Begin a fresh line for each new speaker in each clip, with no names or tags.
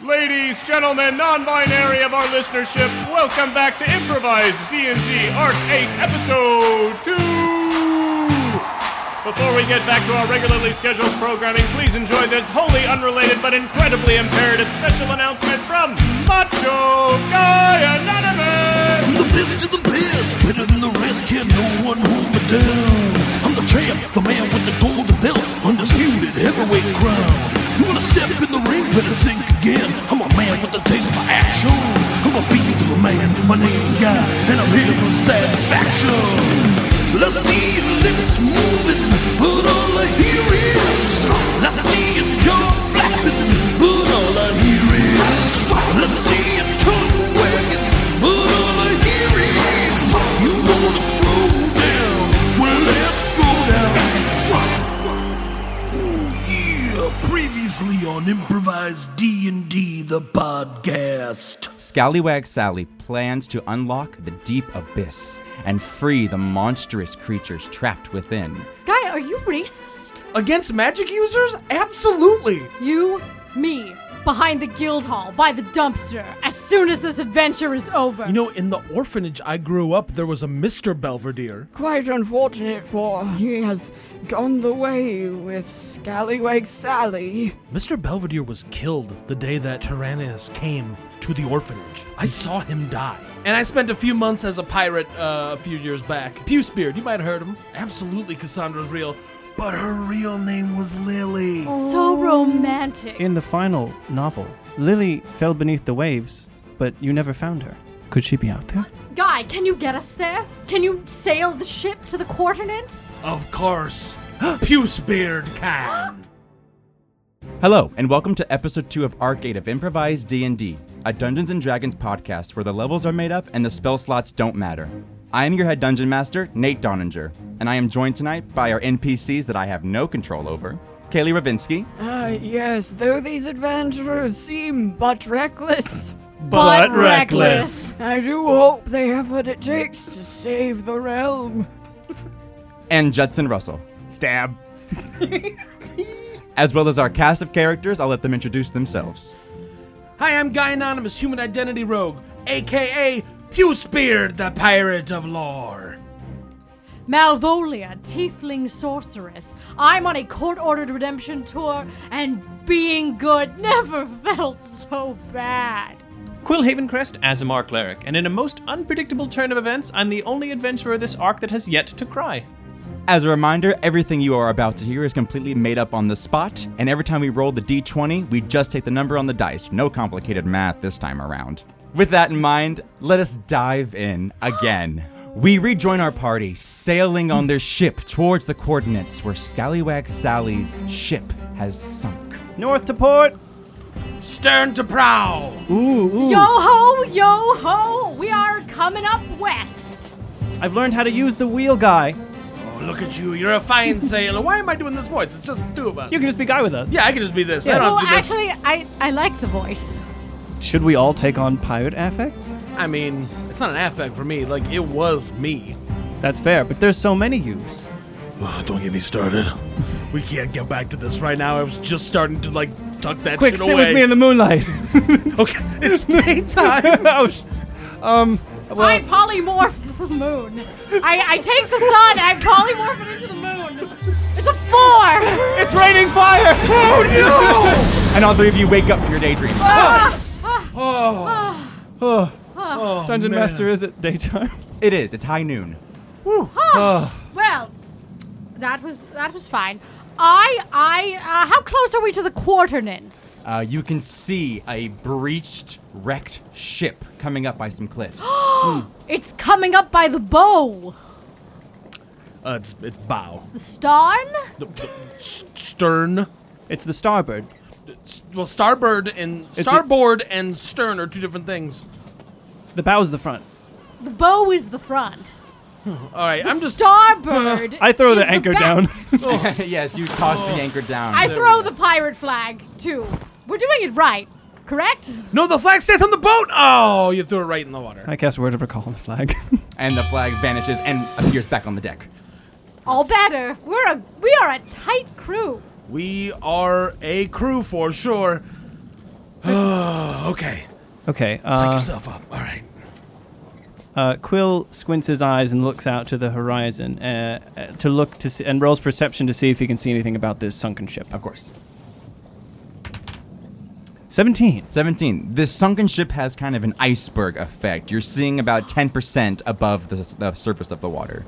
Ladies, gentlemen, non-binary of our listenership, welcome back to Improvised D&D Arc 8 Episode 2! Before we get back to our regularly scheduled programming, please enjoy this wholly unrelated but incredibly imperative special announcement from Macho Guy Anonymous!
I'm the best of the best, better than the rest, can no one hold me down. I'm the champ, the man with the golden belt, undisputed heavyweight crown. You wanna step in the ring, better think again. I'm a man with a taste for action. I'm a beast of a man, my name's Guy, and I'm here for satisfaction. I see your lips moving, but all I hear is. I see your jaw flapping, but all I hear is. I see your tongue wagging, but all I hear is. You wanna throw down? Well, let's go down. Ooh, yeah. Previously on improvised D and D, the podcast.
Scallywag Sally plans to unlock the deep abyss and free the monstrous creatures trapped within.
Guy, are you racist?
Against magic users? Absolutely.
You, me, behind the guild hall, by the dumpster, as soon as this adventure is over.
You know, in the orphanage I grew up, there was a Mr. Belvedere.
quite unfortunate for he has gone the way with Scallywag Sally.
Mr. Belvedere was killed the day that Tyrannus came to the orphanage. I saw him die. And I spent a few months as a pirate uh, a few years back. Pewsbeard, you might have heard him. Absolutely, Cassandra's real. But her real name was Lily.
so romantic.
In the final novel, Lily fell beneath the waves, but you never found her. Could she be out there?
Guy, can you get us there? Can you sail the ship to the coordinates?
Of course, Pewsbeard can.
Hello, and welcome to episode 2 of Arcade of Improvised D&D, a Dungeons & Dragons podcast where the levels are made up and the spell slots don't matter. I am your head dungeon master, Nate Doninger, and I am joined tonight by our NPCs that I have no control over. Kaylee Ravinsky,
Ah, yes, though these adventurers seem but reckless,
But
I do hope they have what it takes to save the realm.
and Judson Russell.
Stab.
As well as our cast of characters, I'll let them introduce themselves.
Hi, I'm Guy Anonymous, Human Identity Rogue, aka Pewsbeard, the Pirate of Lore.
Malvolia, tiefling sorceress. I'm on a court ordered redemption tour, and being good never felt so bad.
Quillhaven Crest, Azamar Cleric, and in a most unpredictable turn of events, I'm the only adventurer this arc that has yet to cry.
As a reminder, everything you are about to hear is completely made up on the spot, and every time we roll the d20, we just take the number on the dice. No complicated math this time around. With that in mind, let us dive in again. We rejoin our party, sailing on their ship towards the coordinates where Scallywag Sally's ship has sunk.
North to port!
Stern to prow.
Yo ho, yo ho, we are coming up west.
I've learned how to use the wheel guy.
Oh, look at you. You're a fine sailor. Why am I doing this voice? It's just two of us.
You can just be guy with us.
yeah, I can just be this. I
Yeah.
don't
Oh,
have to do this.
actually, I, I like the voice.
Should we all take on pirate affects?
I mean, it's not an affect for me. Like, it was me.
That's fair, but there's so many yous.
don't get me started. We can't get back to this right now. I was just starting to, like, tuck that
Quick,
shit
sit
away.
with me in the moonlight.
okay, it's daytime.
oh, sh- um,
I polymorph the moon. I, I take the sun, I polymorph it into the moon. It's a four!
It's raining fire! Oh no! and all three of you wake up from your daydreams.
Ah.
Ah.
Oh.
Oh,
Dungeon Master, is it daytime?
It is, it's high noon.
Ah.
Ah.
Well, that was that was fine. I I uh, how close are we to the coordinates?
Uh, you can see a breached, wrecked ship coming up by some cliffs.
Uh,
It's coming up by the bow.
Uh, it's, it's bow.
The starn?
S- Stern.
It's the starboard.
S- Well, starboard and
a-
starboard and stern are two different things.
The bow's the front.
The bow is the front.
All right,
The
I'm just
starboard.
I throw
is
the anchor
back.
down.
yes, you toss
Oh.
Oh.
the anchor down.
I throw the pirate flag too. We're doing it right, correct?
no. The flag stays on the boat. Oh, you threw it right in the water.
I cast Word of Recall on the flag.
and the flag vanishes and appears back on the deck.
All better. We're a we are a tight crew.
We are a crew for sure. okay.
Okay.
Psych
Uh,
yourself up. All right.
uh, Quill squints his eyes and looks out to the horizon uh, uh, to look to see, and rolls perception to see if he can see anything about this sunken ship.
Of course.
17.
17. This sunken ship has kind of an iceberg effect. You're seeing about 10% above the, the surface of the water.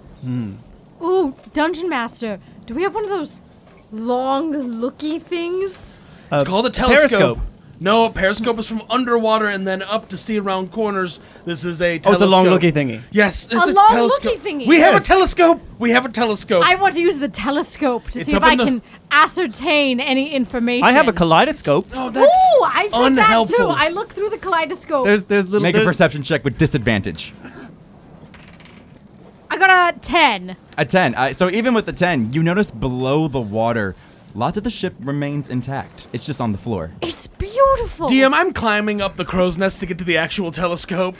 Ooh, Dungeon Master, do we have one of those long looky things?
Uh,
It's called a telescope. No, a periscope is from underwater and then up to see around corners. This is a
Oh, it's a
telescope.
long looky thingy.
Yes, it's
A
a,
long
telescope.
looky thingy.
We have a
Yes.
telescope. We have a telescope.
I want to use the telescope to
It's
see if
up in
I
the-
can ascertain any information.
I have a kaleidoscope.
oh, that's
Ooh, I did that too.
unhelpful.
I look through the kaleidoscope.
There's there's little.
Make a
there's-
perception check with disadvantage.
I got a 10.
A 10. Uh, so even with the 10, you notice below the water, lots of the ship remains intact. It's just on the floor.
It's beautiful.
DM, I'm climbing up the crow's nest to get to the actual telescope.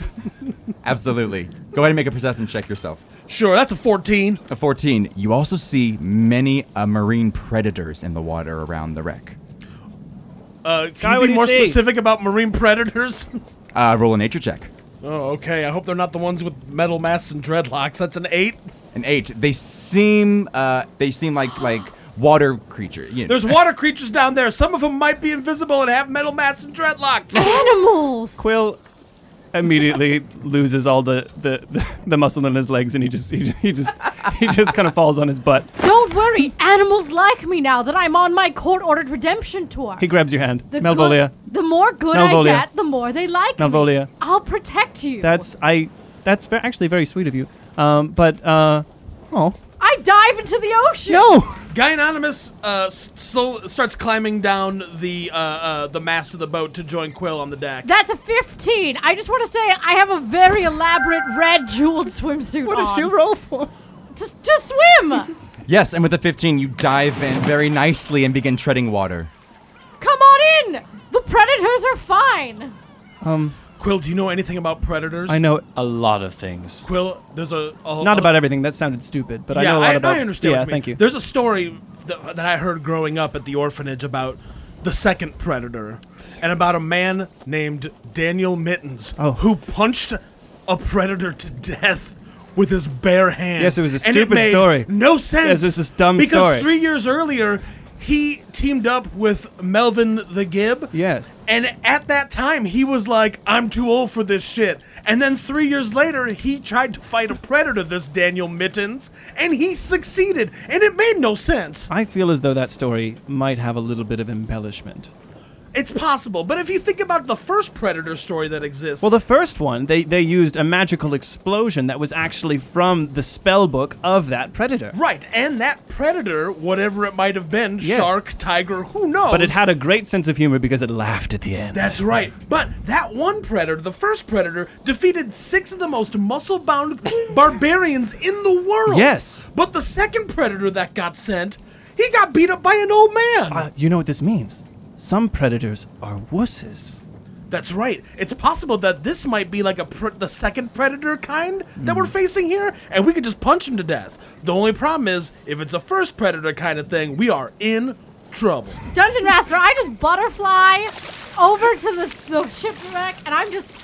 Absolutely. Go ahead and make a perception check yourself.
Sure, that's a 14.
A 14. You also see many uh, marine predators in the water around the wreck.
Uh,
Guy,
can
what
you
do
be
you
more
see?
specific about marine predators?
Uh, roll a nature check.
oh, okay. I hope they're not the ones with metal masks and dreadlocks. That's an 8.
An eight. They seem uh, they seem like like water creature. You know.
There's water creatures down there. Some of them might be invisible and have metal masks and dreadlocks.
Animals.
Quill immediately loses all the, the, the, the muscle in his legs and he just he, ju- he just he just kind of falls on his butt.
Don't worry, animals like me now that I'm on my court ordered redemption tour.
He grabs your hand.
The
Malvolia.
good- the more good I
Malvolia.
get, the more they like me.
Malvolia.
I'll protect you.
That's I that's ve- actually very sweet of you. Um, but uh oh.
I dive into the ocean.
No.
Guy Anonymous uh, s- so starts climbing down the uh, uh, the mast of the boat to join Quill on the deck.
That's a 15. I just want to say I have a very elaborate red jeweled swimsuit
What
on.
did you roll for?
Just, just swim.
yes, and with a 15, you dive in very nicely and begin treading water.
Come on in. The predators are fine.
Um,
Quill, do you know anything about predators?
I know
A lot of things.
Quill, there's a, a
not
a-
about everything. That sounded stupid, but I
Uh, yeah,
know a lot about
understand.
Yeah,
what you mean.
thank you.
There's a story that, that I heard growing up at the orphanage about the second predator, and about a man named Daniel Mittens
Oh.
who punched a predator to death with his bare hand.
Yes, it was a
And
stupid
made
story.
No sense.
Yes, this is dumb
because
story.
three years earlier, he teamed up with Melvin the Gib.
yes.
And at that time, he was like, I'm too old for this shit. And then three years later, he tried to fight a predator, this Daniel Mittens, and he succeeded. And it made no sense.
I feel as though that story might have a little bit of embellishment.
It's possible. But if you think about the first predator story that exists,
Well, the first one, they, they used a magical explosion that was actually from the spell book of that predator.
right, and that predator, whatever it might have been
Yes.
shark, tiger, who knows?
But it had a great sense of humor because it laughed at the end.
That's right. But that one predator, the first predator, defeated six of the most muscle bound barbarians in the world.
Yes.
But the second predator that got sent, he got beat up by an old man.
Uh, you know what this means? Some predators are wusses.
That's right. It's possible that this might be like a pr- the second predator kind that
Hmm.
we're facing here, and we could just punch him to death. The only problem is, if it's a first predator kind of thing, we are in trouble.
Dungeon Master, I just butterfly over to the, the shipwreck and I'm just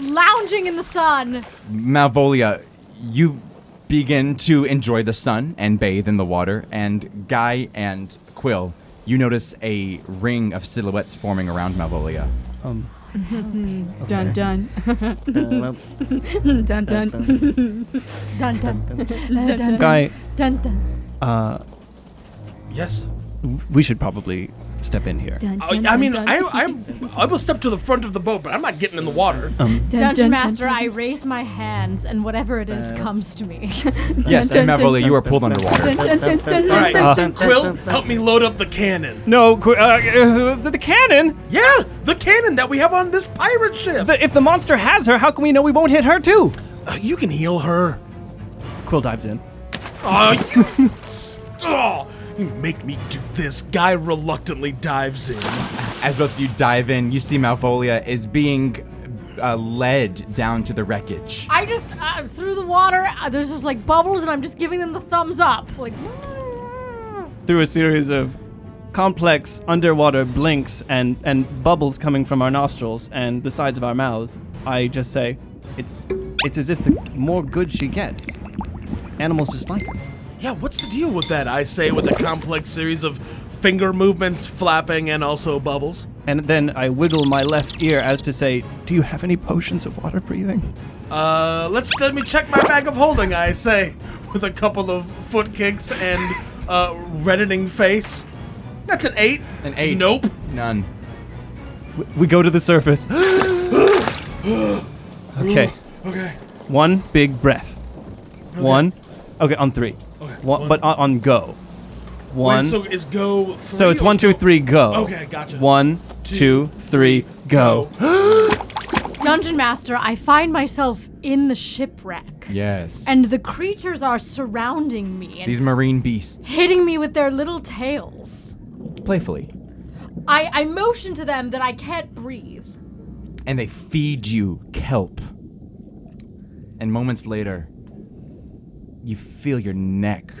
lounging in the sun.
Malvolia, you begin to enjoy the sun and bathe in the water, and Guy and Quill, you notice a ring of silhouettes forming around Malvolia.
Um,
Dun dun. dun dun.
Dun dun dun dun dun
Guy, uh,
dun dun.
Yes. Uh,
we should probably step in here.
dun,
I, I mean, I, I'm, I will step to the front of the boat, but I'm not getting in the water.
Um,
Dungeon Master, I raise my hands and whatever it is comes to me.
Yes,
dun,
and
dun,
Malvolia,
Uh, dun,
you are pulled underwater.
All right, Quill, help me load up the cannon.
No, qu- uh, uh, the, the cannon!
Yeah, the cannon that we have on this pirate ship.
The, if the monster has her, how can we know we won't hit her too?
Uh, you can heal her.
Quill dives in.
Oh, you. oh, you make me do this. Guy reluctantly dives in.
As both of you dive in, you see Malvolia is being uh, led down to the wreckage.
I just, uh, through the water, uh, there's just like bubbles and I'm just giving them the thumbs up. Like,
Through a series of complex underwater blinks and, and bubbles coming from our nostrils and the sides of our mouths, I just say, it's it's as if the more good she gets, animals just like her.
Yeah, what's the deal with that? I say with a complex series of finger movements, flapping, and also bubbles.
And then I wiggle my left ear as to say, do you have any potions of water breathing?
Uh, let's let me check my bag of holding. I say with a couple of foot kicks and uh, reddening face. That's an eight.
An eight.
Nope.
None.
We go to the surface. okay.
Okay.
One big breath. One. Okay, on three.
Okay.
One,
One-
But on, on go. One.
Wait, so is go. Free
So it's
or
one,
is
two,
go-
three, go.
Okay, gotcha.
One,
Two,
two, three, go.
Dungeon Master, I find myself in the shipwreck.
Yes.
And the creatures are surrounding me and
these marine beasts,
hitting me with their little tails.
playfully,
I, I motion to them that I can't breathe.
and they feed you kelp. And moments later, you feel your neck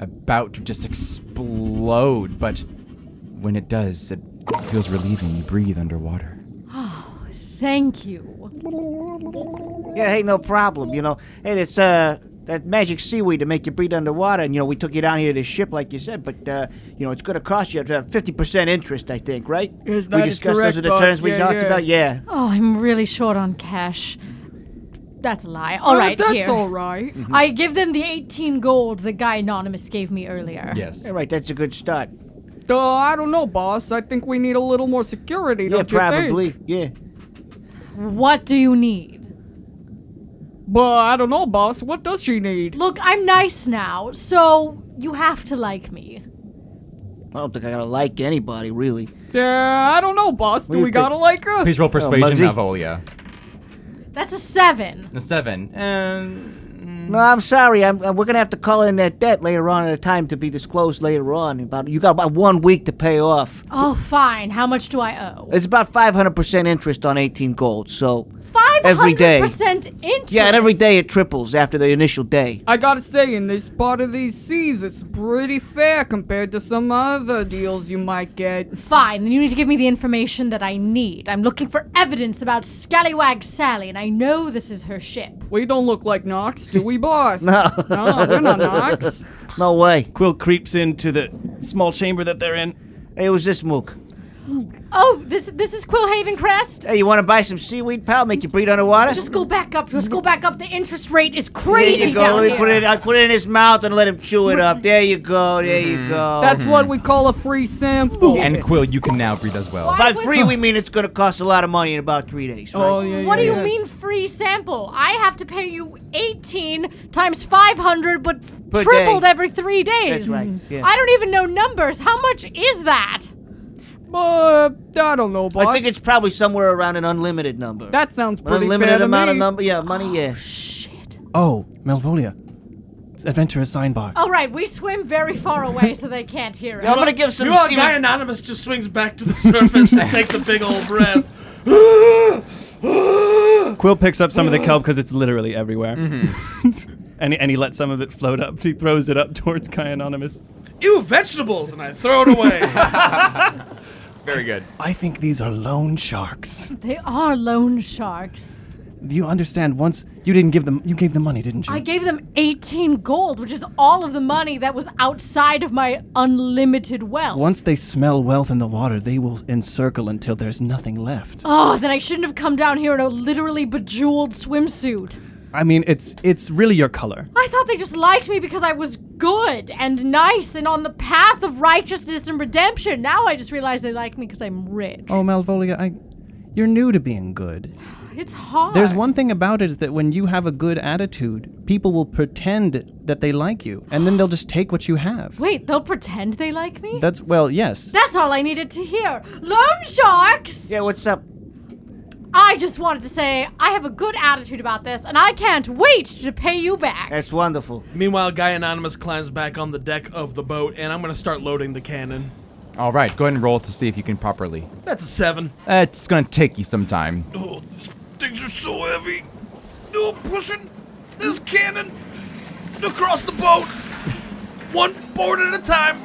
about to just explode, but when it does, it feels relieving. You breathe underwater.
Thank you.
Yeah, hey, no problem. You know, hey, it's uh that magic seaweed to make you breathe underwater, and you know we took you down here to the ship, like you said. But uh, you know, it's going to cost you fifty percent interest, I think, right?
Yes,
we
that is
discussed
correct,
those are the
boss.
terms we
Yeah,
talked
yeah.
about. Yeah.
Oh, I'm really short on cash. That's a lie. All
Uh,
right,
that's
here.
all right.
Mm-hmm.
I give them the 18 gold the guy Anonymous gave me earlier.
Yes.
All right, that's a good start.
Uh, I don't know, boss. I think we need a little more security.
Yeah,
don't you think?
probably. Yeah.
What do you need?
But I don't know, boss. What does she need?
Look, I'm nice now, so you have to like me.
I don't think I gotta like anybody really.
Yeah, I don't know, boss.
do
Do
you
we gotta
think? Oh,
like her?
Please roll persuasion,
Muggsy.
Navolia.
That's a seven.
A seven. Um,
No, I'm sorry. I'm, uh, we're gonna have to call in that debt later on at a time to be disclosed later on. About you got about one week to pay off.
Oh, fine. How much do I owe?
It's about five hundred percent interest on eighteen gold. So
500%
every day.
interest.
yeah, and every day it triples after the initial day.
I gotta say, in this part of these seas, it's pretty fair compared to some other deals you might get.
Fine, then you need to give me the information that I need. I'm looking for evidence about Scallywag Sally, and I know this is her ship.
We don't look like Knox, do we, boss? no. we're not Knox.
No way.
Quill creeps into the small chamber that they're in.
Hey, was this mook?
Oh, this this is Quillhaven Crest?
Hey, you want to buy some seaweed, pal? Make you breathe underwater?
Just go back up. Just go back up. The interest rate is crazy
there you go.
down
let me
here.
put it. I put it in his mouth and let him chew it up. There you go. There you go.
That's what we call a free sample.
Mm-hmm. and Quill, you can now breathe as well.
by
Why was-
free we mean it's going to cost a lot of money in about three days. Right?
Oh, yeah,
What do
yeah,
you
yeah.
mean free sample? I have to pay you 18 times 500, but f-
Per
tripled
day.
every three days.
That's right, yeah.
I don't even know numbers. How much is that?
Uh, I don't know, boss.
I think it's probably somewhere around an unlimited number.
that sounds
an
pretty fair
unlimited
to
amount
me. Oh,
of number. Yeah, money. Yeah.
Shit.
Oh, Malvolia. It's Adventurous sign bar.
All right, we swim very far away so they can't hear us.
I'm gonna give some.
Meanwhile,
seaweed-
guy anonymous just swings back to the surface and takes a big old breath.
Quill picks up some of the kelp because it's literally everywhere. Mm-hmm. and, he- and he lets some of it float up. He throws it up towards Kai Anonymous.
Ew, vegetables, and I throw it away.
Very good.
I think these are loan sharks.
They are loan sharks.
You understand? Once you didn't give them, you gave them money, didn't you?
I gave them 18 gold, which is all of the money that was outside of my unlimited wealth.
Once they smell wealth in the water, they will encircle until there's nothing left.
Oh, then I shouldn't have come down here in a literally bejeweled swimsuit.
I mean, it's it's really your color.
I thought they just liked me because I was good and nice and on the path of righteousness and redemption. Now I just realize they like me because I'm rich.
Oh, Malvolia, I, you're new to being good.
It's hard.
There's one thing about it is that when you have a good attitude, people will pretend that they like you, and then they'll just take what you have.
Wait, they'll pretend they like me?
That's well, yes.
That's all I needed to hear. Loan sharks!
Yeah, what's up?
I just wanted to say I have a good attitude about this and I can't wait to pay you back.
That's wonderful.
Meanwhile, guy anonymous climbs back on the deck of the boat, and I'm gonna start loading the cannon.
All right, go ahead and roll to see if you can properly.
That's a seven.
Uh, it's gonna take you some time.
Oh, these things are so heavy. No pushing this cannon across the boat, one board at a time.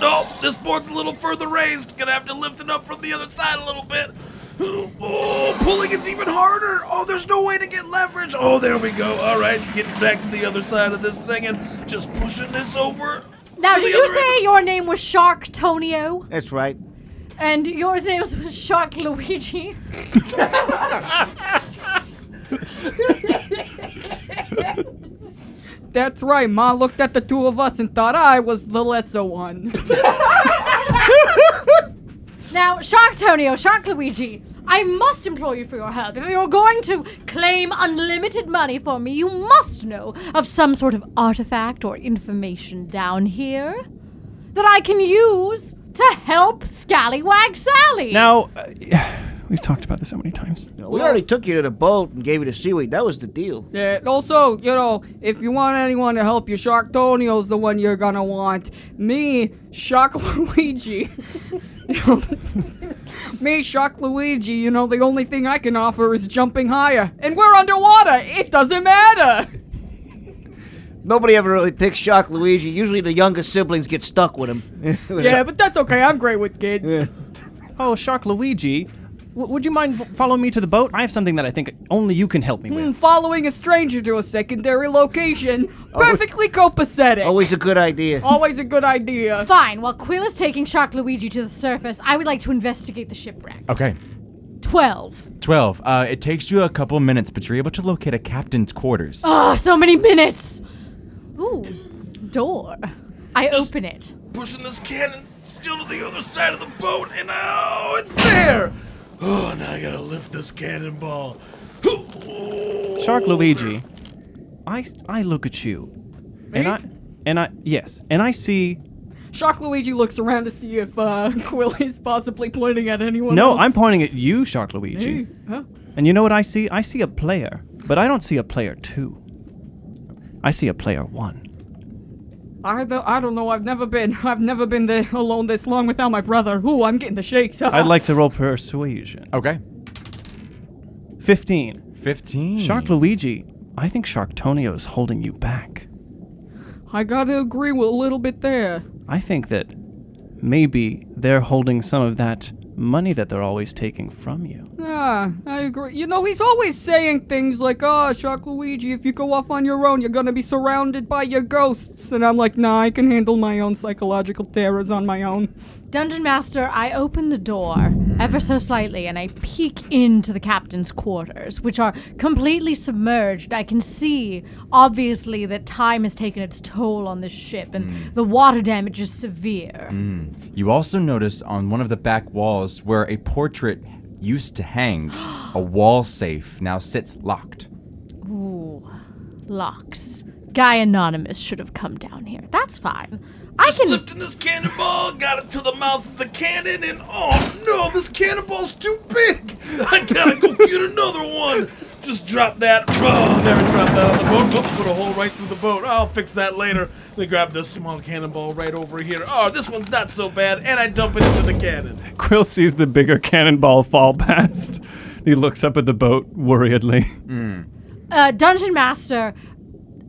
Nope, this board's a little further raised. Gonna have to lift it up from the other side a little bit. Oh, pulling it's even harder. Oh, there's no way to get leverage. Oh, there we go. All right, getting back to the other side of this thing and just pushing this over.
Now,
to the
did you
other end.
say your name was Shark Tonio
That's right.
and yours name was Shark Luigi?
That's right, Ma looked at the two of us and thought I was the lesser one.
Now, Shark Tonio, Shark Luigi, I must implore you for your help. If you're going to claim unlimited money for me, you must know of some sort of artifact or information down here that I can use to help Scallywag Sally.
Now, uh, we've talked about this so many times.
You know, we already took you to the boat and gave you the seaweed. That was the deal.
yeah, and also, you know, if you want anyone to help you, Sharktonio's the one you're gonna want. Me, Shark Luigi. You know, Me, Shark Luigi, you know, the only thing I can offer is jumping higher. And we're underwater! It doesn't matter!
Nobody ever really picks Shock Luigi. Usually the younger siblings get stuck with him.
Yeah, but that's okay, I'm great with kids.
Oh, Shark Luigi, w- would you mind f- following me to the boat? I have something that I think only you can help me
Mm,
with.
Following a stranger to a secondary location, perfectly copacetic.
Always a good idea.
Always a good idea.
Fine, while Quill is taking Shark Luigi to the surface, I would like to investigate the shipwreck.
Okay.
12.
12. Uh, it takes you a couple minutes, but you're able to locate a captain's quarters.
Oh, so many minutes! Ooh, door. I open it.
pushing this cannon still to the other side of the boat, and oh, it's there! Oh, now I gotta lift this cannonball.
Shark Luigi, I, s- I look at you, and I and I yes, and I see.
Shark Luigi looks around to see if uh, Quill is possibly pointing at anyone.
No,
else.
I'm pointing at you, Shark Luigi.
Hey, huh?
And you know what I see? I see a player, but I don't see a player two. I see a player one.
I, do- I don't know. I've never been. I've never been there alone this long without my brother. Ooh, I'm getting the shakes.
I'd like to roll persuasion.
Okay.
Fifteen.
15.
Shark Luigi, I think Sharktonio is holding you back.
I gotta agree with a little bit there.
I think that maybe they're holding some of that money that they're always taking from you.
Yeah, Ah, I agree. You know, he's always saying things like, "Oh, Shark Luigi, if you go off on your own, you're gonna be surrounded by your ghosts." And I'm like, "Nah, I can handle my own psychological terrors on my own."
Dungeon Master, I open the door ever so slightly and I peek into the captain's quarters, which are completely submerged. I can see, obviously, that time has taken its toll on this ship and the water damage is severe.
Hmm. You also notice on one of the back walls where a portrait used to hang, a wall safe now sits locked.
Locks. Guy Anonymous should have come down here. That's fine. I can.
Lifting this cannonball, got it to the mouth of the cannon, and oh no, this cannonball's too big! I gotta go get another one! Just drop that. Oh, there it dropped out of the boat. Whoops, put a hole right through the boat. I'll fix that later. Let me grab this small cannonball right over here. Oh, this one's not so bad, and I dump it into the cannon.
Quill sees the bigger cannonball fall past. He looks up at the boat worriedly.
Uh, Dungeon Master,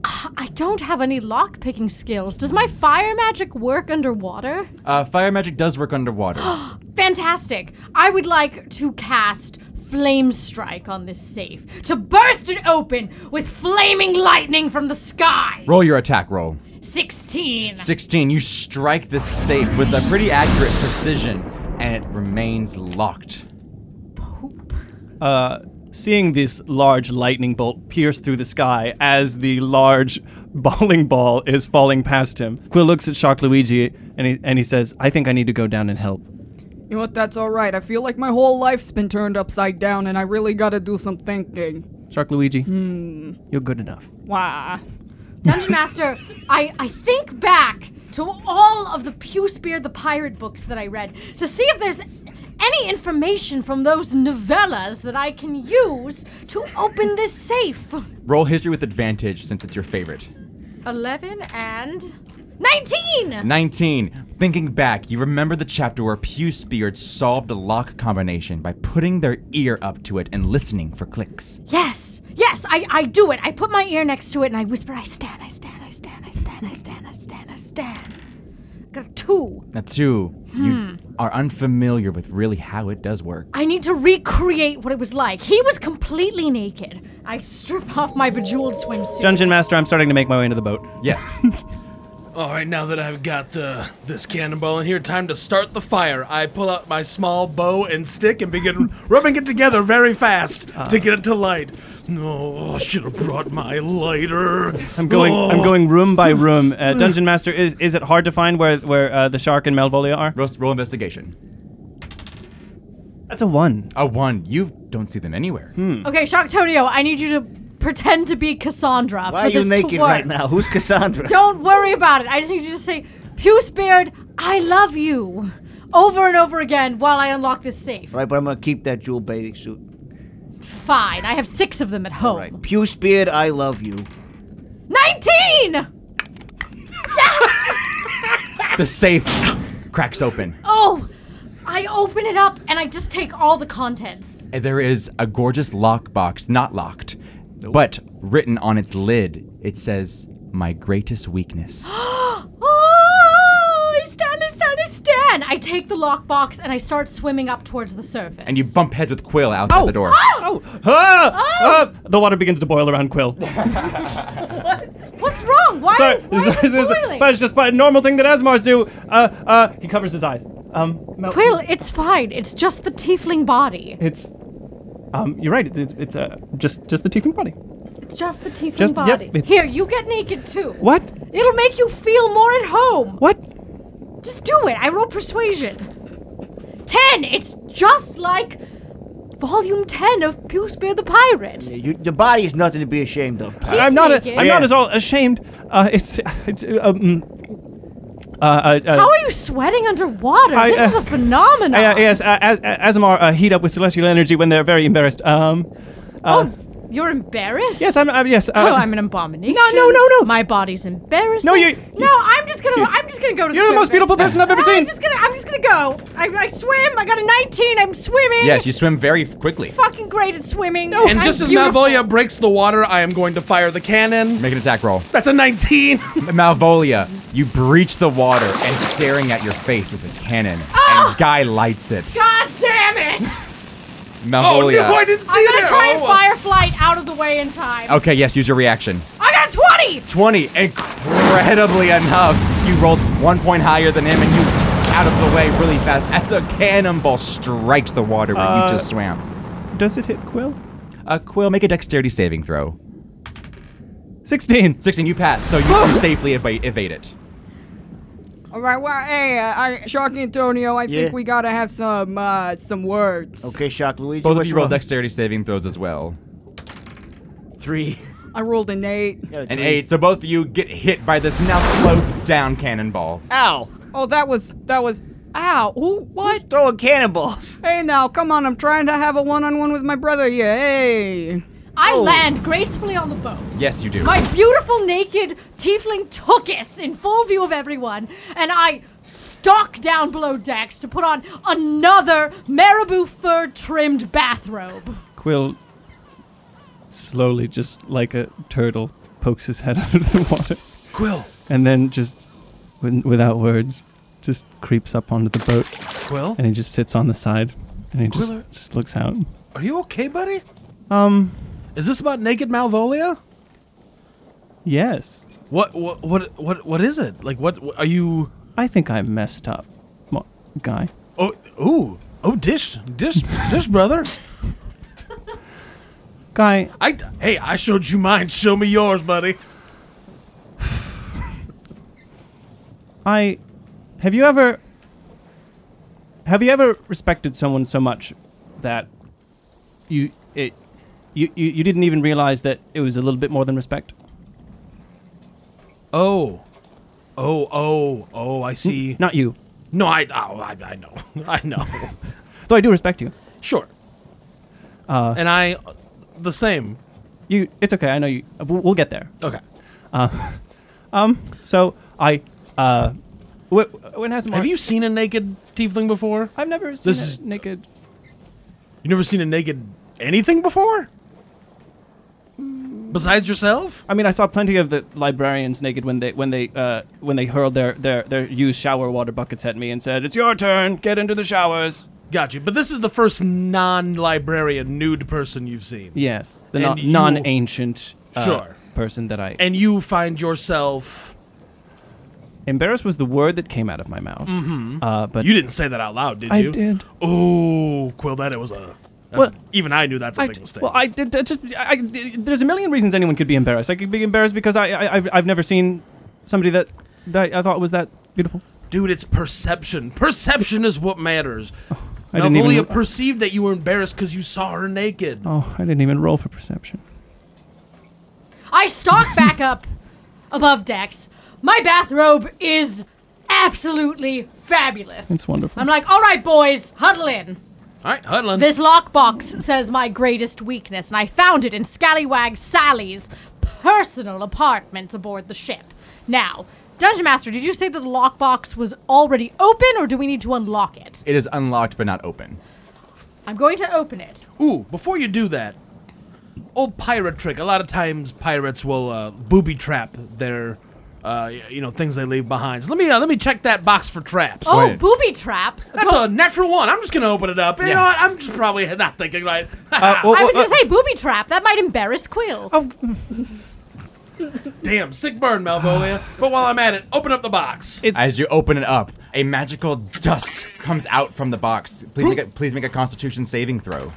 ah, I don't have any lock picking skills. Does my fire magic work underwater?
Uh, fire magic does work underwater.
Fantastic. I would like to cast Flame Strike on this safe to burst it open with flaming lightning from the sky.
roll your attack roll.
16.
16. You strike the safe with a pretty accurate precision, and it remains locked.
Uh, Seeing this large lightning bolt pierce through the sky as the large bowling ball is falling past him, Quill looks at Shark Luigi and he, and he says, I think I need to go down and help.
You know what? That's all right. I feel like my whole life's been turned upside down, and I really gotta do some thinking.
Shark Luigi, you're good enough.
Wow.
Dungeon Master, I, I think back to all of the Pewsbeard the Pirate books that I read to see if there's any information from those novellas that I can use to open this safe.
Roll history with advantage since it's your favorite.
11 and 19!
19. Thinking back, you remember the chapter where Pew Speard solved a lock combination by putting their ear up to it and listening for clicks.
Yes, yes, I, I do it. I put my ear next to it and I whisper, I stand, I stand, I stand, I stand, I stand, I stand, I stand. Got two.
Now, two,
Hmm.
you are unfamiliar with really how it does work.
I need to recreate what it was like. He was completely naked. I strip off my bejeweled swimsuit.
Dungeon Master, I'm starting to make my way into the boat.
Yes.
All right, now that I've got uh, this cannonball in here, time to start the fire. I pull out my small bow and stick and begin rubbing it together very fast
Uh.
to get it to light. No, I should have brought my lighter.
I'm going. I'm
Oh.
going room by room. Uh, Dungeon Master, is is it hard to find where where uh, the shark and Malvolia are?
roll, roll investigation.
That's a one.
A one, you don't see them anywhere.
Hmm.
Okay, Sharktonio, I need you to pretend to be Cassandra
Why
for
are you
this to
naked
work.
right now? Who's Cassandra?
Don't worry about it. I just need you to say, Pucebeard, I love you, over and over again while I unlock this safe.
Right, but I'm gonna keep that jewel bathing suit.
Fine, I have six of them at home.
Right, Pew Speared, I love you.
19!
The safe cracks open.
Oh, I open it up and I just take all the contents.
And There is a gorgeous lockbox, not locked, but written on its lid, it says, My greatest weakness.
Oh, I stand, I stand, I stand. I take the lockbox and I start swimming up towards the surface. Oh!
and you bump heads with Quill outside
Oh.
the door.
Oh! Ah! Ah! The water begins to boil around Quill.
What's wrong? Why,
Sorry,
why is it
this-
boiling?
but it's just a normal thing that Asmars do. Uh, uh, he covers his eyes. Um, Mel-
Quill, it's fine. It's just the tiefling body.
It's. Um, you're right. It's it's, it's uh, just just the tiefling body.
It's just the tiefling
Just- yep,
body.
it's-
Here, you get naked too.
What?
It'll make you feel more at home.
What?
Just do it. I roll persuasion. Ten. It's just like volume ten of Pewspear the Pirate.
Yeah, you- your body is nothing to be ashamed of. pal.
He's
I'm not.
naked.
A, I'm not
Yeah.
as all ashamed. Uh, it's. it's uh, um, uh, uh, uh,
How are you sweating underwater?
I,
this
uh,
is a phenomenon.
Uh, yes, uh, as, as- Azamar uh, heat up with celestial energy when they're very embarrassed. Um, uh,
oh, you're embarrassed?
yes, I'm. Uh, yes, uh,
Oh, I'm an abomination.
No, no, no, no.
My body's embarrassing.
No, you-
No, I'm just gonna. I'm just gonna go to.
You're the most
surface.
beautiful person I've ever
I'm
seen.
just gonna. I'm just gonna go. I, I swim. I got a 19. I'm swimming.
yes, you swim very quickly.
fucking great at swimming.
And just as Malvolia breaks the water, I am going to fire the cannon.
Make an attack roll.
That's a 19.
Malvolia, you breach the water and staring at your face is a cannon. And Guy lights it.
God damn it!
Oh,
Malvolia.
no, I didn't see
I'm gonna
that.
try and
Oh, uh,
fire flight out of the way in time.
Okay, yes, use your reaction.
I got a 20!
20. Incredibly enough, you rolled one point higher than him and you out of the way really fast as a cannonball strikes the water where you
Uh,
just swam.
Does it hit Quill?
Uh, Quill, make a dexterity saving throw.
16.
16, you pass, so you can safely eva- evade it.
All right, well, hey, uh, I, Shark Antonio, I
Yeah?
think we gotta have some uh, some words.
Okay, Shock Luigi.
Both of
what's
you roll
wrong?
dexterity saving throws as well.
Three.
I rolled an eight.
An 8, so both of you get hit by this now slowed down cannonball.
Ow!
Oh, that was that was. Ow! Who? What?
Throwing cannonballs.
Hey, now, come on! I'm trying to have a one-on-one with my brother here. Hey.
I
Oh.
Oh.
land gracefully on the boat.
Yes, you do.
My beautiful naked tiefling Tookus in full view of everyone, and I stalk down below decks to put on another marabou fur trimmed bathrobe.
Quill slowly, just like a turtle, pokes his head out of the water
Quill.
and then just, win- without words, just creeps up onto the boat
Quill,
and he just sits on the side and he just,
Quiller.
just looks out.
are you okay, buddy?
Um,
Is this about naked Malvolia?
yes.
What what what what what is it? Like what, what are you
I think I messed up, Mo- guy.
Oh, ooh, oh, dish, dish, dish, brother.
Guy,
I, hey, I showed you mine. Show me yours, buddy.
I have you ever have you ever respected someone so much that you it you, you, you didn't even realize that it was a little bit more than respect?
Oh, oh, oh, oh. I see.
Not you.
No, I, oh, I, I know, I know.
Though I do respect you.
sure. Uh, and I, the same.
You it's okay. I know you. We'll, we'll get there. Uh, um,
Okay.
So I uh wh- when has Mark,
Have you seen a naked tiefling before?
I've never seen
This
a
is-
naked.
You never seen a naked anything before? Besides yourself?
Mm. I mean, I saw plenty of the librarians naked when they when they uh, when they hurled their, their their used shower water buckets at me and said, "It's your turn. Get into the showers."
Got you. But this is the first non-librarian nude person you've seen.
Yes, the
And
non
you-
non-ancient uh,
Sure.
person that I
And you find yourself.
embarrassed was the word that came out of my mouth. Mm-hmm. Uh, but
You didn't say that out loud, did
I
you?
did.
Oh, Quill, that was a. That's,
Well,
even I knew that's a
I
big
d-
mistake.
well, I did. that's just, I, I- there's a million reasons anyone could be embarrassed. I could be embarrassed because I, I I've, I've never seen somebody that, that I thought was that beautiful.
Dude, it's perception. Perception is what matters.
I didn't even
Navolia
re-
perceived that you were embarrassed because you saw her naked.
Oh, I didn't even roll for perception.
I stalk back up above decks. My bathrobe is absolutely fabulous.
It's wonderful.
I'm like, all right, boys, huddle in.
All right, Hudlin.
This lockbox says my greatest weakness, and I found it in Scallywag Sally's personal apartments aboard the ship. Now, Dungeon Master, did you say that the lockbox was already open, or do we need to unlock it?
It is unlocked but not open.
I'm going to open it.
Ooh, before you do that, old pirate trick. A lot of times pirates will uh, booby trap their, uh, y- you know, things they leave behind. So let me uh, let me check that box for traps.
Oh,
Wait.
booby trap!
That's a natural one. I'm just gonna open it up. You know what? I'm just probably not thinking right.
Uh, Oh. well,
I was
well,
gonna say booby trap. That might embarrass Quill.
uh,
Damn, sick burn, Malvolia. but while I'm at it, open up the box.
It's
As you open it up, a magical dust comes out from the box. Please make a, please make a Constitution saving throw.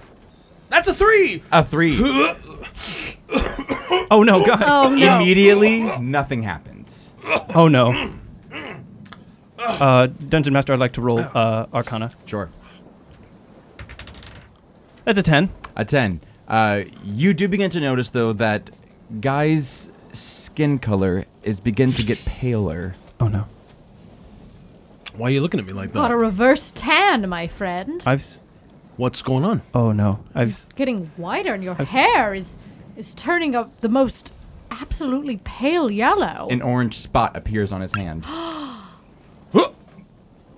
That's a three.
A three.
oh no, God.
oh no!
Immediately, nothing happens.
Oh no. Uh, Dungeon Master, I'd like to roll
Oh.
uh, Arcana.
Sure.
That's a 10.
A 10. Uh, you do begin to notice, though, that Guy's skin color is begin to get paler.
Oh no.
Why are you looking at me like
Got a reverse tan, my friend.
I've. s-
What's going on?
Oh no. I've. s-
Getting whiter, and your
I've s-
hair is is turning a, the most absolutely pale yellow.
An orange spot appears on his hand.
Huh?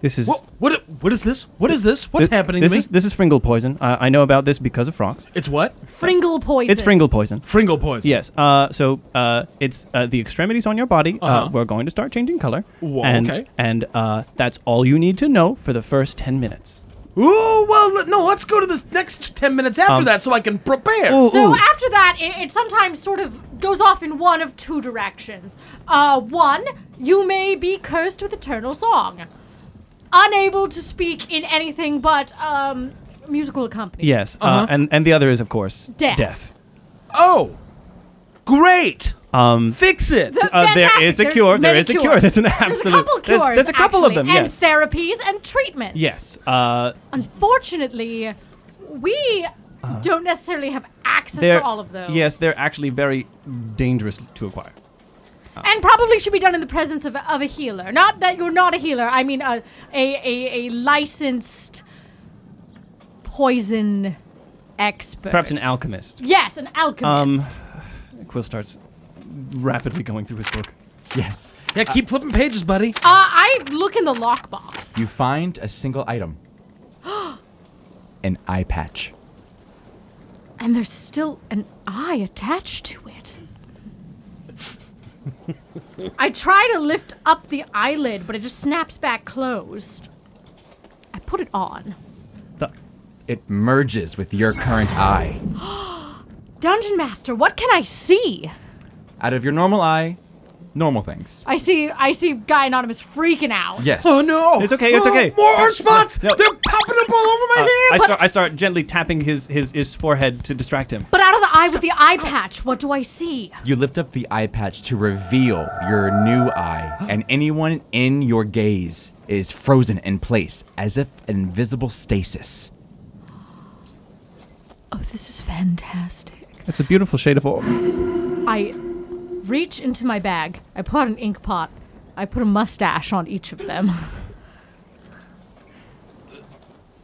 This is.
What? What? What is this? What is this? What's
thi-
happening
this
to me?
Is, this is Fringle poison. I, I know about this because of frogs.
it's what?
Fringle poison.
It's Fringle poison.
Fringle poison.
Yes. Uh, so uh, it's uh, the extremities on your body. uh
Uh-huh.
we're going to start changing color.
Whoa,
and,
okay.
And uh, that's all you need to know for the first 10 minutes.
Ooh, well, let- no, let's go to the next 10 minutes
Um,
after that so I can prepare.
So after that, it, it sometimes sort of goes off in one of two directions. Uh, one, you may be cursed with eternal song, unable to speak in anything but um, musical accompaniment.
Yes. uh
Uh-huh.
and, and the other is, of course,
Death.
death.
Oh, great. Um, Fix it.
Uh, there
Fantastic.
is a
There's
cure. There
many
is a
cures.
cure. There's an
There's a
absolute.
couple cures.
there's, there's a couple
actually,
of them. Yes.
And therapies and treatments.
yes. Uh,
Unfortunately, we don't necessarily have access
they're,
to all of those.
Yes, they're actually very dangerous to acquire.
and probably should be done in the presence of, a- of a healer. Not that you're not a healer. I mean, a a, a, a licensed poison expert.
Perhaps an alchemist.
Yes, an alchemist.
Um, Quill starts rapidly going through his book.
Yes.
yeah, keep flipping pages, buddy.
uh, I look in the lockbox.
You find a single item an eye patch.
And there's still an eye attached to it. I try to lift up the eyelid, but it just snaps back closed. I put it on.
The-
It merges with your current eye.
Dungeon Master, what can I see?
Out of your normal eye, normal things.
I see I see Guy Anonymous freaking out.
Yes.
Oh, no.
It's okay, it's
Oh,
okay.
More orange spots.
No.
They're popping up all over my
Uh,
hand.
I start. I start gently tapping his, his his forehead to distract him.
But out of the eye with the eye patch, what do I see?
You lift up the eye patch to reveal your new eye, and anyone in your gaze is frozen in place as if invisible stasis.
Oh, this is fantastic.
It's a beautiful shade of orb.
I reach into my bag. I pull out an ink pot. I put a mustache on each of them.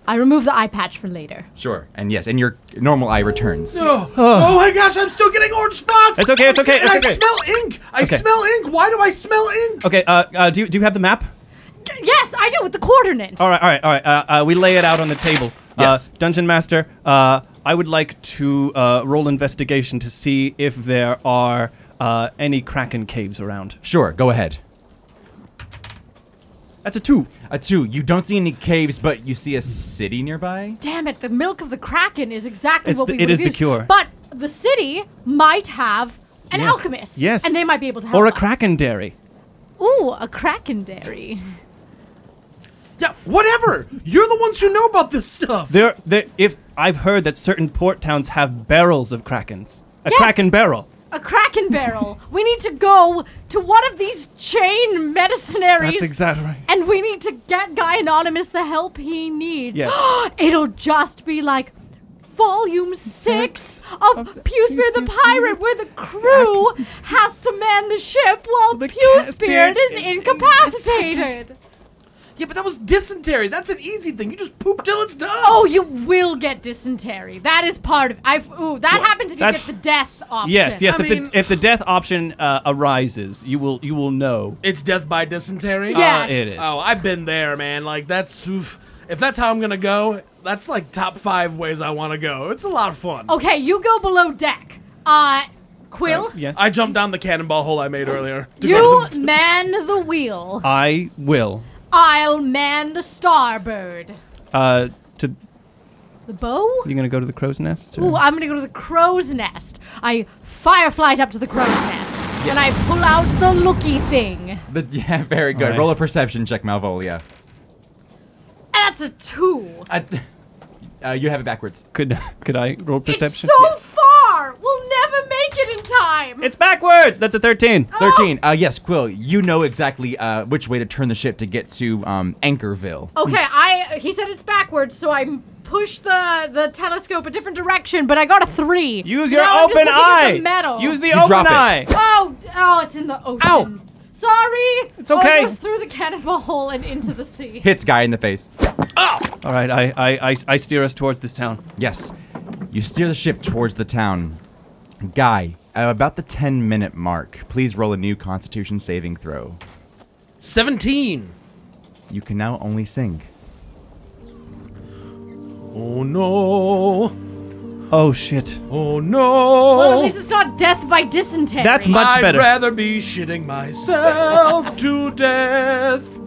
I remove the eye patch for later.
Sure. And yes, and your normal eye returns.
Oh, oh my gosh, I'm still getting orange spots.
It's okay, it's
I'm
okay,
scared.
it's
I
okay.
smell ink. I
Okay.
smell ink. Why do I smell ink?
Okay. Uh, uh, do you, do you have the map?
Yes, I do with the coordinates.
All right. All right. All right. Uh, uh, we lay it out on the table. Yes. Uh, Dungeon Master, uh, I would like to uh, roll investigation to see if there are uh, any kraken caves around.
Sure, go ahead.
That's a two.
A two. You don't see any caves, but you see a city nearby.
Damn it, the milk of the Kraken is exactly
It's
what
the-
we
it
would
is the
use.
cure.
But the city might have an
Yes.
alchemist.
Yes.
And they might be able to help
Or a
us.
kraken dairy.
Ooh, a Kraken dairy.
Yeah, whatever. You're the ones who know about this stuff.
There, there. If I've heard that certain port towns have barrels of krakens, a
Yes.
kraken barrel.
A Kraken barrel. we need to go to one of these chain medicinaries.
That's exactly right.
And we need to get Guy Anonymous the help he needs.
Yes.
It'll just be like Volume 6 of Pewsbeard the Pirate, where the crew has to man the ship while
The
Pewsbeard
Caspian
is
is
incapacitated.
Yeah, but that was dysentery. That's an easy thing. You just poop till it's done.
Oh, you will get dysentery. That is part of I've Ooh, that happens if you get
that's-
the death option.
Yes, yes.
I
if,
mean-
the, if the death option uh, arises, you will you will know.
It's death by dysentery.
Yes.
Ah, it is.
Oh, I've been there, man. Like that's oof. if that's how I'm gonna go. That's like top five ways I want to go. It's a lot of fun.
Okay, you go below deck. Uh, Quill,
Yes,
I jumped down the cannonball hole I made earlier. to go
you
to the-
man the wheel.
I will.
I'll man the starboard.
Uh, to
The bow?
you gonna go to the crow's nest? or-
Ooh, I'm gonna go to the crow's nest. I fireflight up to the crow's nest, and I pull out the looky thing. And
But yeah, very good.
right.
Roll a perception check, Malvolia.
that's a two.
I, uh, you have it backwards.
could could I roll
It's
perception?
so far. We'll never make it in time.
It's backwards. That's a thirteen.
Thirteen. Uh, yes, Quill. You know exactly uh, which way to turn the ship to get to um, Anchorville.
okay.
Hmm.
I he said it's backwards, so I push the the telescope a different direction, but I got a three.
Use your
Now I'm just
open
looking at
eye.
the metal.
Use the
You
open
drop it.
eye.
Oh, d- oh, it's in the ocean.
Ow.
Sorry. It's
okay.
Almost through the cannonball hole and into the sea.
Hits guy in the face.
Oh! All right, I, I I I steer us towards this town.
Yes. You steer the ship towards the town. Guy, at about the 10 minute mark, please roll a new constitution saving throw.
Seventeen.
You can now only sing.
Oh no.
Oh shit.
Oh
Well, at
no.
least it's not death by dysentery.
That's much
I'd
better.
rather be shitting myself to death.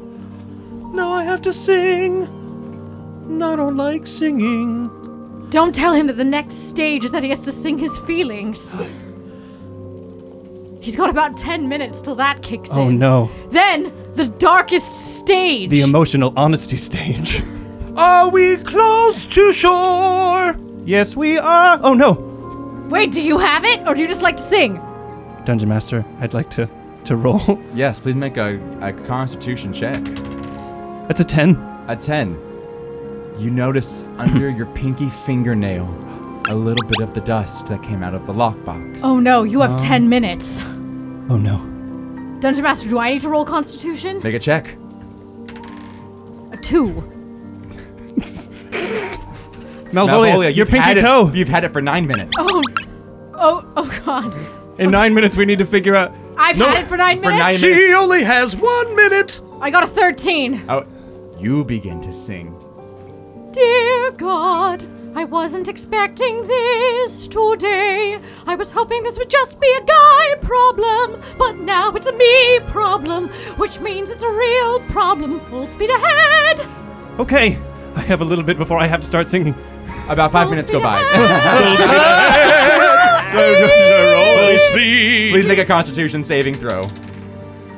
Now I have to sing. And I don't like singing.
Don't tell him that the next stage is that he has to sing his feelings. He's got about 10 minutes till that kicks
oh
in.
no.
Then, the darkest stage.
The emotional honesty stage.
Are we close to shore?
yes, we are. Oh no.
Wait, do you have it? Or do you just like to sing?
Dungeon Master, I'd like to to roll.
Yes, please make a, a constitution check.
That's a ten.
A 10. You notice under your pinky fingernail a little bit of the dust that came out of the lockbox.
Oh no, you
Uh.
have 10 minutes.
Oh no.
Dungeon Master, do I need to roll Constitution?
Make a check.
A two.
Malvolia, your
you've had
pinky
it-
toe.
You've had it for nine minutes.
Oh, oh, oh god.
In nine minutes, we need to figure out.
I've had it for nine
for
minutes.
nine minutes.
She only has one minute.
I got a 13.
Oh, you begin to sing.
Dear God, I wasn't expecting this today. I was hoping this would just be a guy problem, but now it's a me problem, which means it's a real problem. Full speed ahead!
Okay, I have a little bit before I have to start singing.
About five
Full
minutes
speed
go by. Please make a constitution saving throw.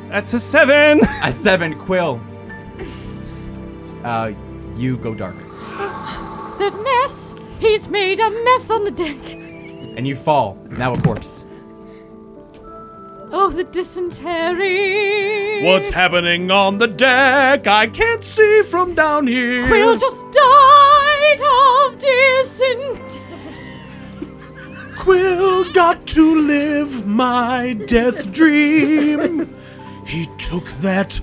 That's a seven.
A seven quill. Uh, you go dark,
There's mess. He's made a mess on the deck.
and you fall. Now a corpse.
Oh, the dysentery.
What's happening on the deck? I can't see from down here.
Quill just died of dysentery.
Quill got to live my death dream. He took that.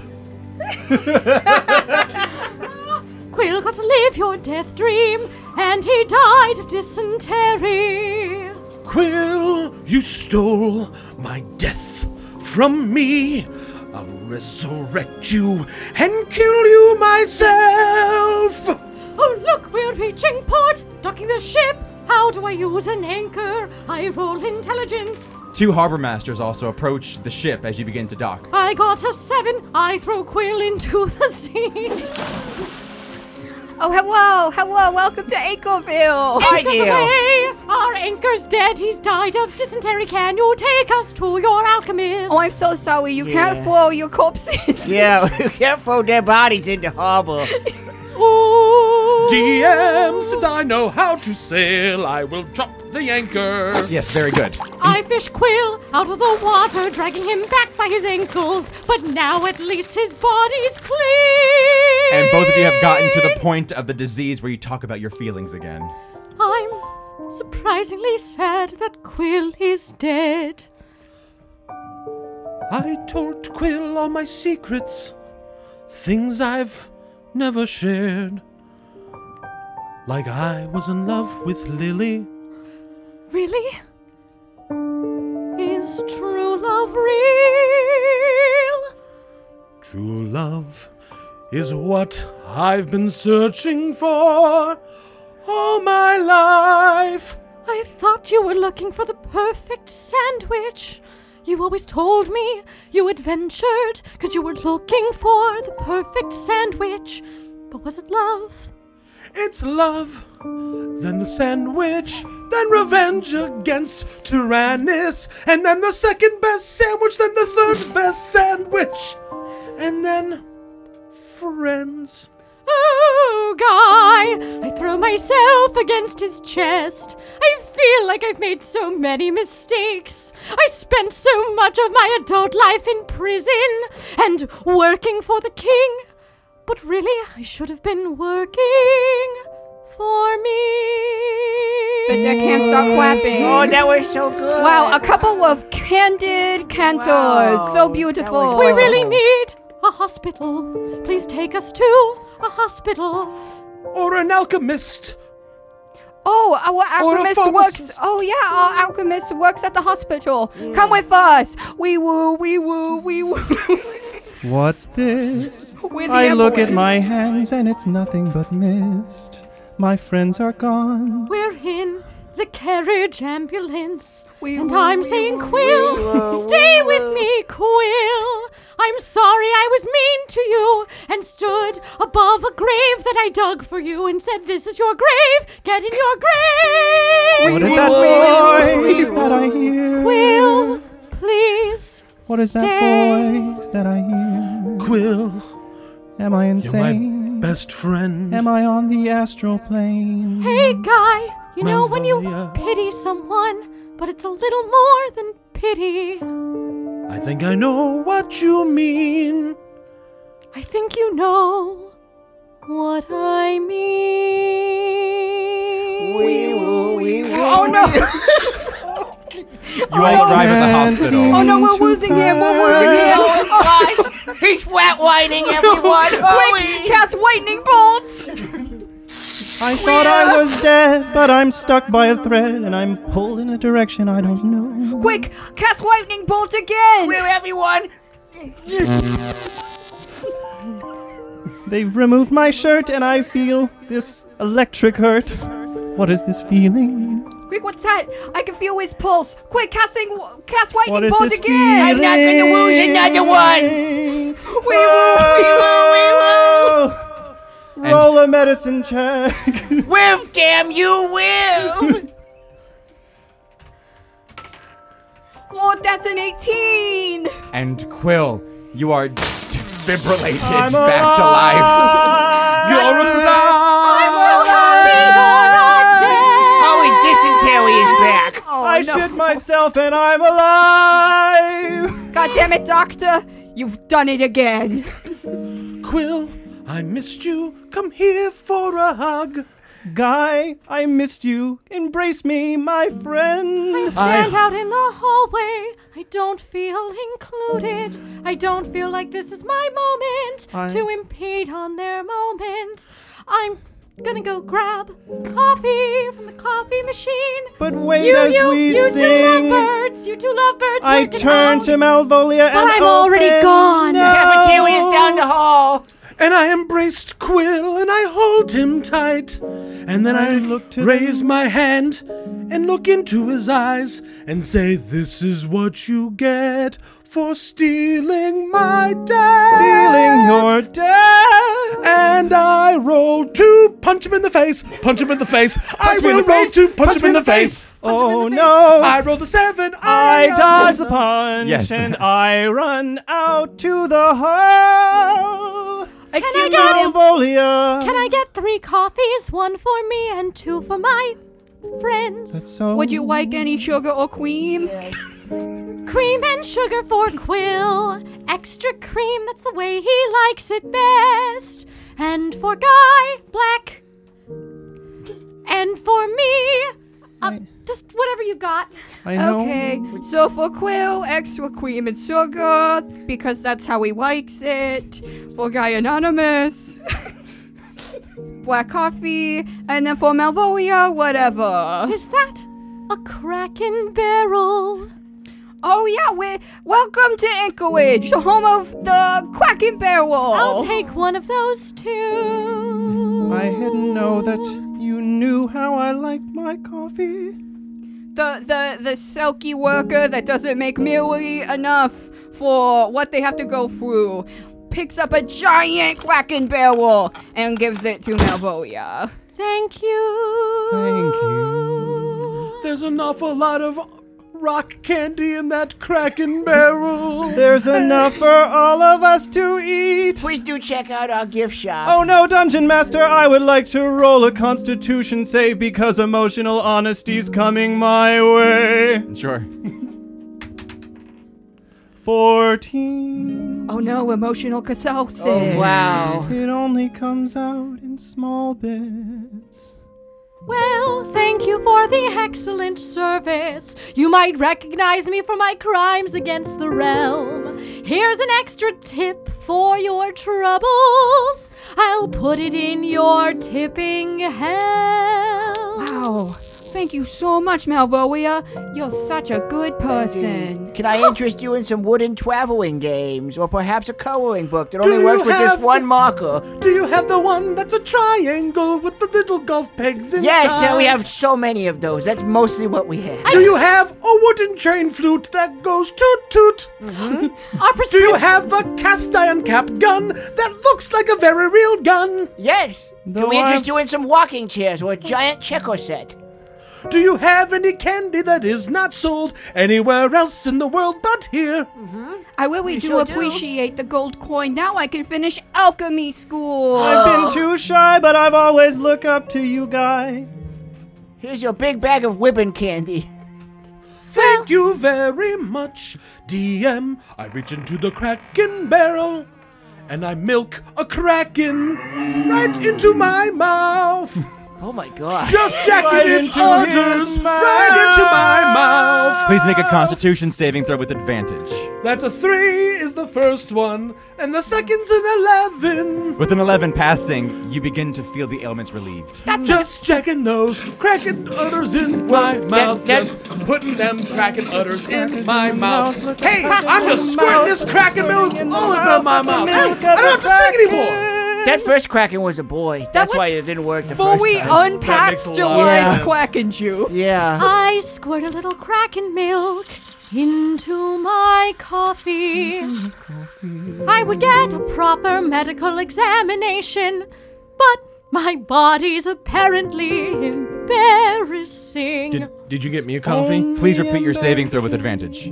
Quill got to live your death dream, and he died of dysentery.
Quill, you stole my death from me. I'll resurrect you and kill you myself.
Oh, look, we're reaching port! Docking the ship! How do I use an anchor? I roll intelligence.
Two harbor masters also approach the ship as you begin to dock.
I got a seven. I throw Quill into the sea.
Oh, hello, hello, welcome to Acreville.
Anchors away! Our anchor's dead. He's died of dysentery. Can you take us to your alchemist?
Oh, I'm so sorry. You
Yeah.
can't throw your corpses.
Yeah, you can't throw dead bodies in the harbor.
Ooh.
DM, since I know how to sail, I will drop the anchor.
Yes, very good.
I fish Quill out of the water, dragging him back by his ankles. But now at least his body's clean.
And both of you have gotten to the point of the disease where you talk about your feelings again.
I'm surprisingly sad that Quill is dead.
I told Quill all my secrets, things I've never shared. Like I was in love with Lily.
Really? Is true love real?
True love is what I've been searching for all my life.
I thought you were looking for the perfect sandwich. You always told me you adventured because you were looking for the perfect sandwich. But was it love?
It's love, then the sandwich, then revenge against Tyrannus, and then the second best sandwich, then the third best sandwich, and then friends.
Oh, Guy! I throw myself against his chest. I feel like I've made so many mistakes. I spent so much of my adult life in prison and working for the king. But really, I should have been working for me.
The deck can't stop clapping.
Oh, that was so good.
Wow, a couple of candid cantors.
Wow,
So
that
beautiful.
was
We really need a hospital. Please take us to a hospital.
Or an alchemist.
Oh, our alchemist works.
pharmacist.
Oh, yeah, our alchemist works at the hospital.
Mm.
Come with us. We woo, we woo, we woo.
What's this?
We're the
I look at
Amboys.
my hands and it's nothing but mist. My friends are gone.
We're in the carriage ambulance.
We
and
will,
I'm
we
saying,
will,
Quill,
we
stay with me, Quill. I'm sorry I was mean to you and stood above a grave that I dug for you and said, This is your grave. Get in your grave.
What is that voice that I hear?
Quill, please.
What is
stay.
that voice that I hear?
Quill,
Am I
you're my
insane?
best friend.
Am I on the astral plane?
Hey, guy, you know when you
Maria.
pity someone, but it's a little more than pity.
I think I know what you mean.
I think you know what I mean.
Oh, no.
You all arrive at the hospital.
Oh, no, we're losing him. We're losing him.
Oh,
Oh,
He's flat whining everyone. Oh,
Quick, cast lightning bolts.
I thought I was dead, but I'm stuck by a thread and I'm pulled in a direction I don't know.
Quick, cast lightning bolt again.
everyone.
They've removed my shirt and I feel this electric hurt. What is this feeling?
Quick, what's that? I can feel his pulse. Quick, casting, cast lightning
What is
bolt
this
again.
feeling?
not gonna lose another
one!
We
Ah.
woo,
Roll a medicine check!
Whiff, damn you, whiff.
we woo. Oh, that's an 18.
And Quill, you are defibrillated back to life.
You're alive!
Oh, his dysentery is back.
Oh,
Oh,
I shit myself and I'm alive!
God damn it, Doctor. You've done it again.
Quill, I missed you. Come here for a hug.
Guy, I missed you. Embrace me, my friend.
Stand out in the hallway. I don't feel included. I don't feel like this is my moment
I-
to impede on their moment. I'm gonna go grab coffee from the coffee machine.
But wait
you,
as
you,
we
you two
sing.
lovebirds. You two lovebirds.
I
working
turn
out.
to Malvolia and
I'm already
open-
gone.
No.
Cafeteria's down the hall.
And I embraced Quill and I hold him tight. And then I, look to raise my hand and look into his eyes and say, This is what you get for stealing my death. Stealing your death. And I roll to punch him in the face. Punch him in the face. I
me in
will
the
roll
face.
to punch,
Punch
him
me
in the face.
Oh no!
I rolled a seven.
I
am-
dodge the punch
Yes.
and I run out to the hall.
Excuse
Silvolia.
me. Can I get three coffees? One for me and two for my friends.
So
Would you like any sugar or cream?
cream and sugar for Quill. Extra cream, that's the way he likes it best. And for Guy, black. And for me, uh, just whatever you've got.
I know.
Okay, so for Quill, extra cream and sugar because that's how he likes it. For Guy Anonymous, black coffee, and then for Malvolia, whatever.
Is that a Kraken barrel?
Oh yeah, we welcome to Anchorage, the home of the Quacking Barrel.
I'll take one of those two.
I didn't know that you knew how I like my coffee.
the the the silky worker that doesn't make nearly enough for what they have to go through picks up a giant Kraken barrel and gives it to Malvolia.
Thank you.
Thank you.
There's an awful lot of rock candy in that Kraken barrel.
There's enough for all of us to eat.
Please do check out our gift shop.
Oh no, Dungeon Master, I would like to roll a constitution save because emotional honesty's coming my way.
Sure.
14.
Oh no, emotional catharsis.
wow.
Oh, It only comes out in small bits.
Well, thank you for the excellent service. You might recognize me for my crimes against the realm. Here's an extra tip for your troubles. I'll put it in your tipping hell.
Wow. Thank you so much, Malvolia. You're such a good person.
Can I interest you in some wooden traveling games, or perhaps a coloring book that only works
you
with this
have-
one marker?
Do you have the one that's a triangle with the little golf pegs inside?
Yes, yeah, we have so many of those. That's mostly what we have.
Do you have a wooden chain flute that goes toot toot?
Mm-hmm.
Our
Do you
prescription.
have a cast iron cap gun that looks like a very real gun?
Yes.
Though
Can we interest
I've-
you in some walking chairs or a giant checker set? Oh
Do you have any candy that is not sold anywhere else in the world but here?
I really do
sure do.
appreciate the gold coin. Now I can finish alchemy school.
I've been too shy, but I've always looked up to you, guy.
Here's your big bag of ribbon candy.
Thank you very much, DM. I reach into the Kraken barrel and I milk a Kraken right into my mouth.
Oh my god.
Just jacking its orders right into my mouth.
Please make a constitution saving throw with advantage.
That's a three is the first one, and the second's an eleven.
With an 11 passing, you begin to feel the ailments relieved.
just checking those cracking udders in my mouth.
that's-
Just putting them cracking udders in my mouth. Hey, I'm just squirting this cracking milk all over my mouth. Hey, I don't have to sing anymore.
That first Kraken was a boy. That's why it didn't work the
Before
first
we
time.
unpasteurized
Yeah.
Quacking juice.
yeah.
I squirt a little Kraken milk into my coffee. I would get a proper medical examination, but my body's apparently embarrassing.
did you get me a coffee?
Please repeat your saving throw with advantage.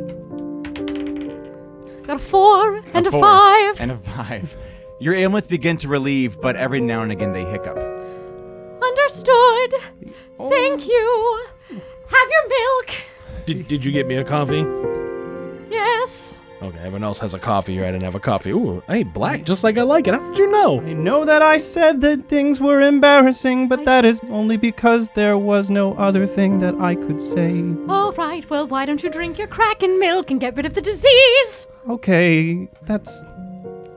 Got a four and a,
Four
five.
And a five. Your ailments begin to relieve, but every now and again they hiccup.
Understood.
Oh.
Thank you. Have your milk.
Did, did you get me a coffee?
Yes.
Okay, everyone else has a coffee. I didn't have a coffee. Ooh, hey, black, just like I like it. How did you know?
I know that I said that things were embarrassing, but that is only because there was no other thing that I could say.
All right. Well, why don't you drink your Kraken milk and get rid of the disease?
Okay, that's.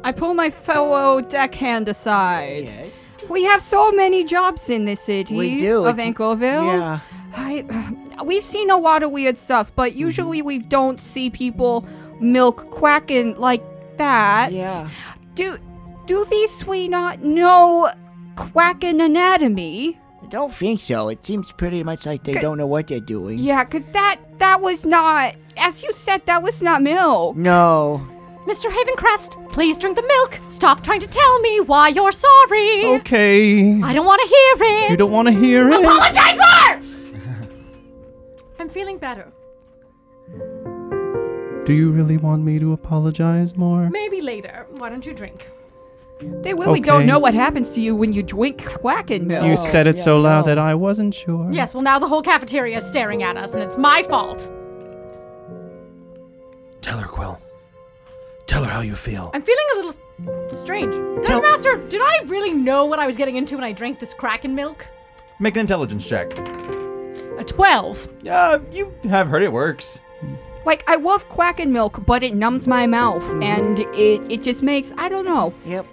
I pull my fellow deckhand aside. We have so many jobs in this city
We do.
of Ankleville.
Yeah.
I, we've seen a lot of weird stuff, but
Mm-hmm.
usually we don't see people milk quacking like that.
Yeah.
Do Do these three not know Quackin anatomy?
I don't think so. It seems pretty much like they
Good.
don't know what they're doing.
Yeah, 'cause that that was not, as you said, that was not milk.
No.
Mr. Havencrest, please drink the milk. Stop trying to tell me why you're sorry.
Okay.
I don't want to hear it.
Oh. You don't want to hear it.
Apologize more! I'm feeling better.
Do you really want me to apologize more?
Maybe later. Why don't you drink?
They really don't
Okay.
know what happens to you when you drink Quackin milk.
You said it so loud that I wasn't sure.
Yes, well, now the whole cafeteria is staring at us, and it's my fault.
Tell her, Quill. Tell her how you feel.
I'm feeling a little s- strange. Dungeon Master, did I really know what I was getting into when I drank this Kraken milk?
Make an intelligence check.
A 12.
Yeah, you have heard it works.
Like I love Quackin milk, but it numbs my mouth and it it just makes I don't know.
Yep.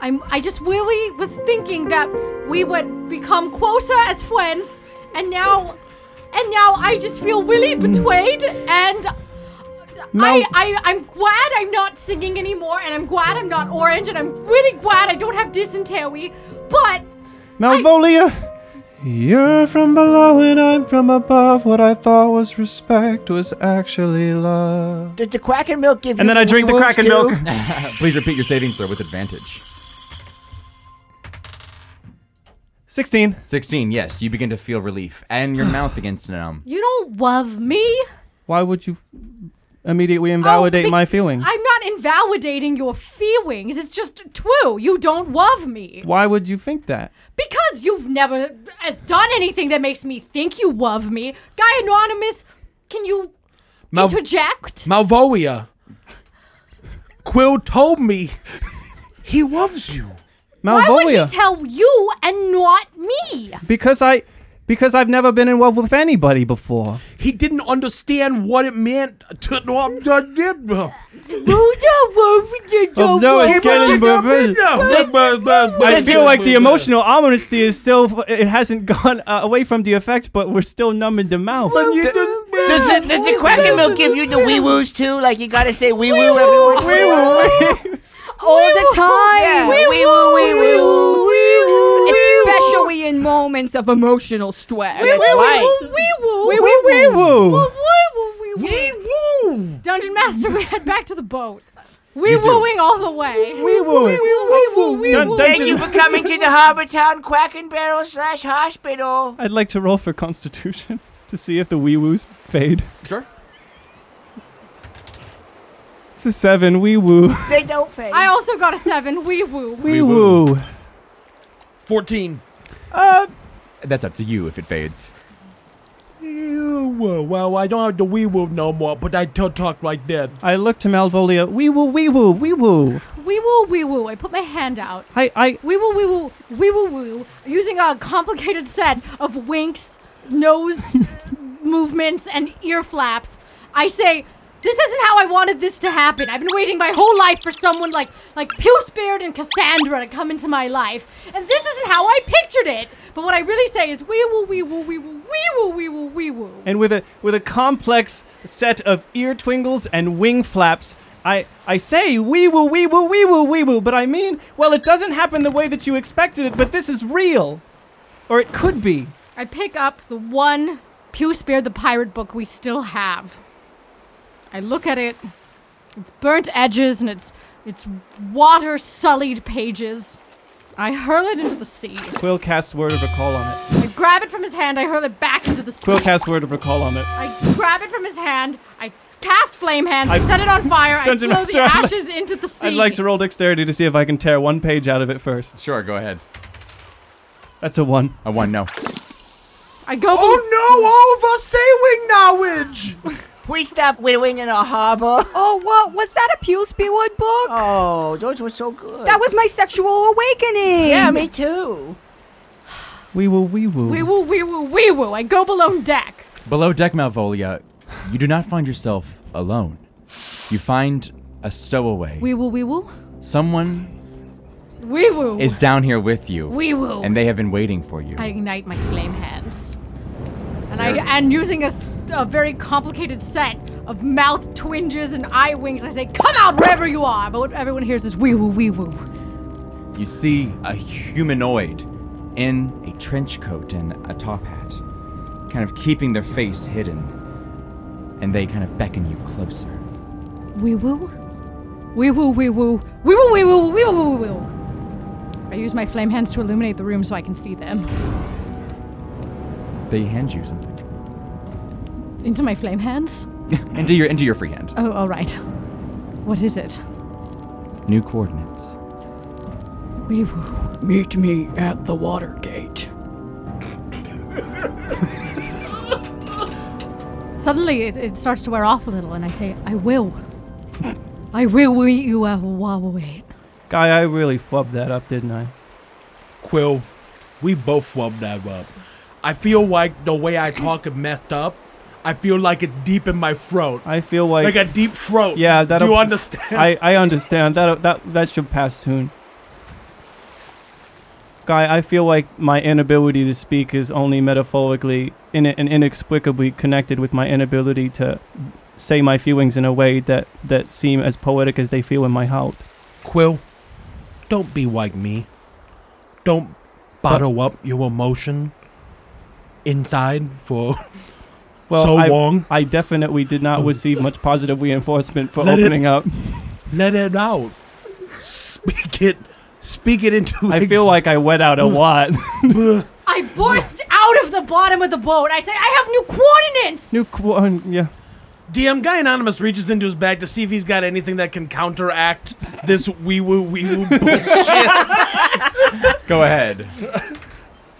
I'm, I just really was thinking that we would become closer as friends, and now, and now I just feel really betrayed, and I, I, I'm glad I'm not singing anymore, and I'm glad I'm not orange, and I'm really glad I don't have dysentery, but
Malvolia, you're from below and I'm from above. What I thought was respect was actually love.
Does the Quacken milk give
And
you
then I drink the
wounds
Kraken
too?
milk.
Please repeat your saving throw with advantage.
16.
16, yes, you begin to feel relief, and your mouth begins to numb.
you don't love me.
Why would you immediately
Oh,
invalidate
be-
my feelings?
I'm not invalidating your feelings. It's just true. You don't love me.
Why would you think that?
Because you've never uh, done anything that makes me think you love me. Guy Anonymous, can you
Mal-
interject?
Malvolia. Quill told me he loves you.
Why would
Malvolia,
he tell you and not me?
because I because I've never been in love with anybody before.
He didn't understand what it meant to no, I'm not dead, bro.
Oh, no, it's getting I feel like the emotional honesty is still it hasn't gone uh, away from the effects, but we're still numbing the mouth.
Does the, does the Quacken milk give you the wee woos too? Like you gotta say wee woo every once in a while?
All the time.
Yeah, wee woo, wee wee woo.
Especially in moments of emotional stress.
Wee woo. Wee woo.
Wee woo.
Wee woo. Wee woo. Dungeon Master, we head back to the boat. Wee wooing all the way. Wee
wooing.
Wee woo. Wee woo. Wee
Dun-
woo.
dungeon-
Thank you for coming to the Harbor Town Quacken Barrel slash Hospital.
I'd like to roll for Constitution to see if the wee woos fade.
Sure.
It's a seven. Wee woo.
They don't fade.
I also got a seven. Wee woo.
Wee woo.
14.
Oh,
That's up to you if it fades.
Ew, well, I don't have the wee woo no more, but I do talk like that.
I look to Malvolia. Wee woo. Wee woo. Wee woo.
Wee woo. Wee woo. I put my hand out.
I. I.
Wee woo wee woo wee woo woo using a complicated set of winks, nose movements, and ear flaps. I say, this isn't how I wanted this to happen. I've been waiting my whole life for someone like like Pewsbeard and Cassandra to come into my life, and this isn't how I pictured it. But what I really say is wee woo wee woo wee woo wee woo wee woo wee woo.
And with a with a complex set of ear twingles and wing flaps. I, I say wee woo wee woo wee woo wee woo, but I mean, well, it doesn't happen the way that you expected it, but this is real, or it could be.
I pick up the one Pewsbeard the pirate book we still have. I look at it. It's burnt edges and it's it's water sullied pages. I hurl it into the sea.
Quill cast word of recall on it.
I grab it from his hand. I hurl it back into the sea.
Quill cast word of recall on it.
I grab it from his hand. I cast flame hands. I, set it on fire. I
Dungeon
throw
Master,
the
I'd like-
ashes into the sea.
I'd like to roll dexterity to see if I can tear one page out of it first.
Sure, go ahead.
That's a one.
A one, no.
I go.
Oh no, over sailing knowledge!
We stopped wooing in a harbor.
Oh, what was that a Pewsbeard book?
Oh, those were so good.
That was my sexual awakening.
yeah, me too.
Wee woo wee woo.
Wee woo wee woo wee woo. I go below deck.
Below deck Malvolia, you do not find yourself alone. You find a stowaway.
Wee woo wee woo.
Someone
Wee woo.
is down here with you.
Wee woo.
And they have been waiting for you.
I ignite my flame hands. And I and using a, s- a very complicated set of mouth twinges and eye winks, I say, "Come out wherever you are!" But what everyone hears is "wee woo wee woo."
you see a humanoid in a trench coat and a top hat, kind of keeping their face hidden, and they kind of beckon you closer.
Wee woo. Wee woo wee woo. Wee woo wee woo wee woo wee woo. I use my flame hands to illuminate the room so I can see them.
They hand you something.
Into my flame hands?
into your into your free hand.
Oh, all right. What is it?
New coordinates.
Wee woo.
Meet me at the Watergate.
Suddenly it, it starts to wear off a little, and I say, I will. I will eat you at Huawei.
Guy, I really flubbed that up, didn't I?
Quill, we both flubbed that up. I feel like the way I talk it messed up. I feel like it deep in my throat.
I feel like,
Like a deep throat.
yeah,
Do
that
you understand?
I I understand that that that should pass soon. Guy, I feel like my inability to speak is only metaphorically in and inexplicably connected with my inability to say my feelings in a way that that seem as poetic as they feel in my heart.
Quill, don't be like me. Don't bottle up your emotion inside for
Well,
so
I,
long.
I definitely did not receive much positive reinforcement for
Oh. Let it-
opening up.
Let it out. Speak it. Speak it into.
I feel like I went out a lot.
I burst out of the bottom of the boat. I said, I have new coordinates!
New qu- oh, yeah.
DM guy anonymous reaches into his bag to see if he's got anything that can counteract this wee woo wee woo bullshit.
Go ahead.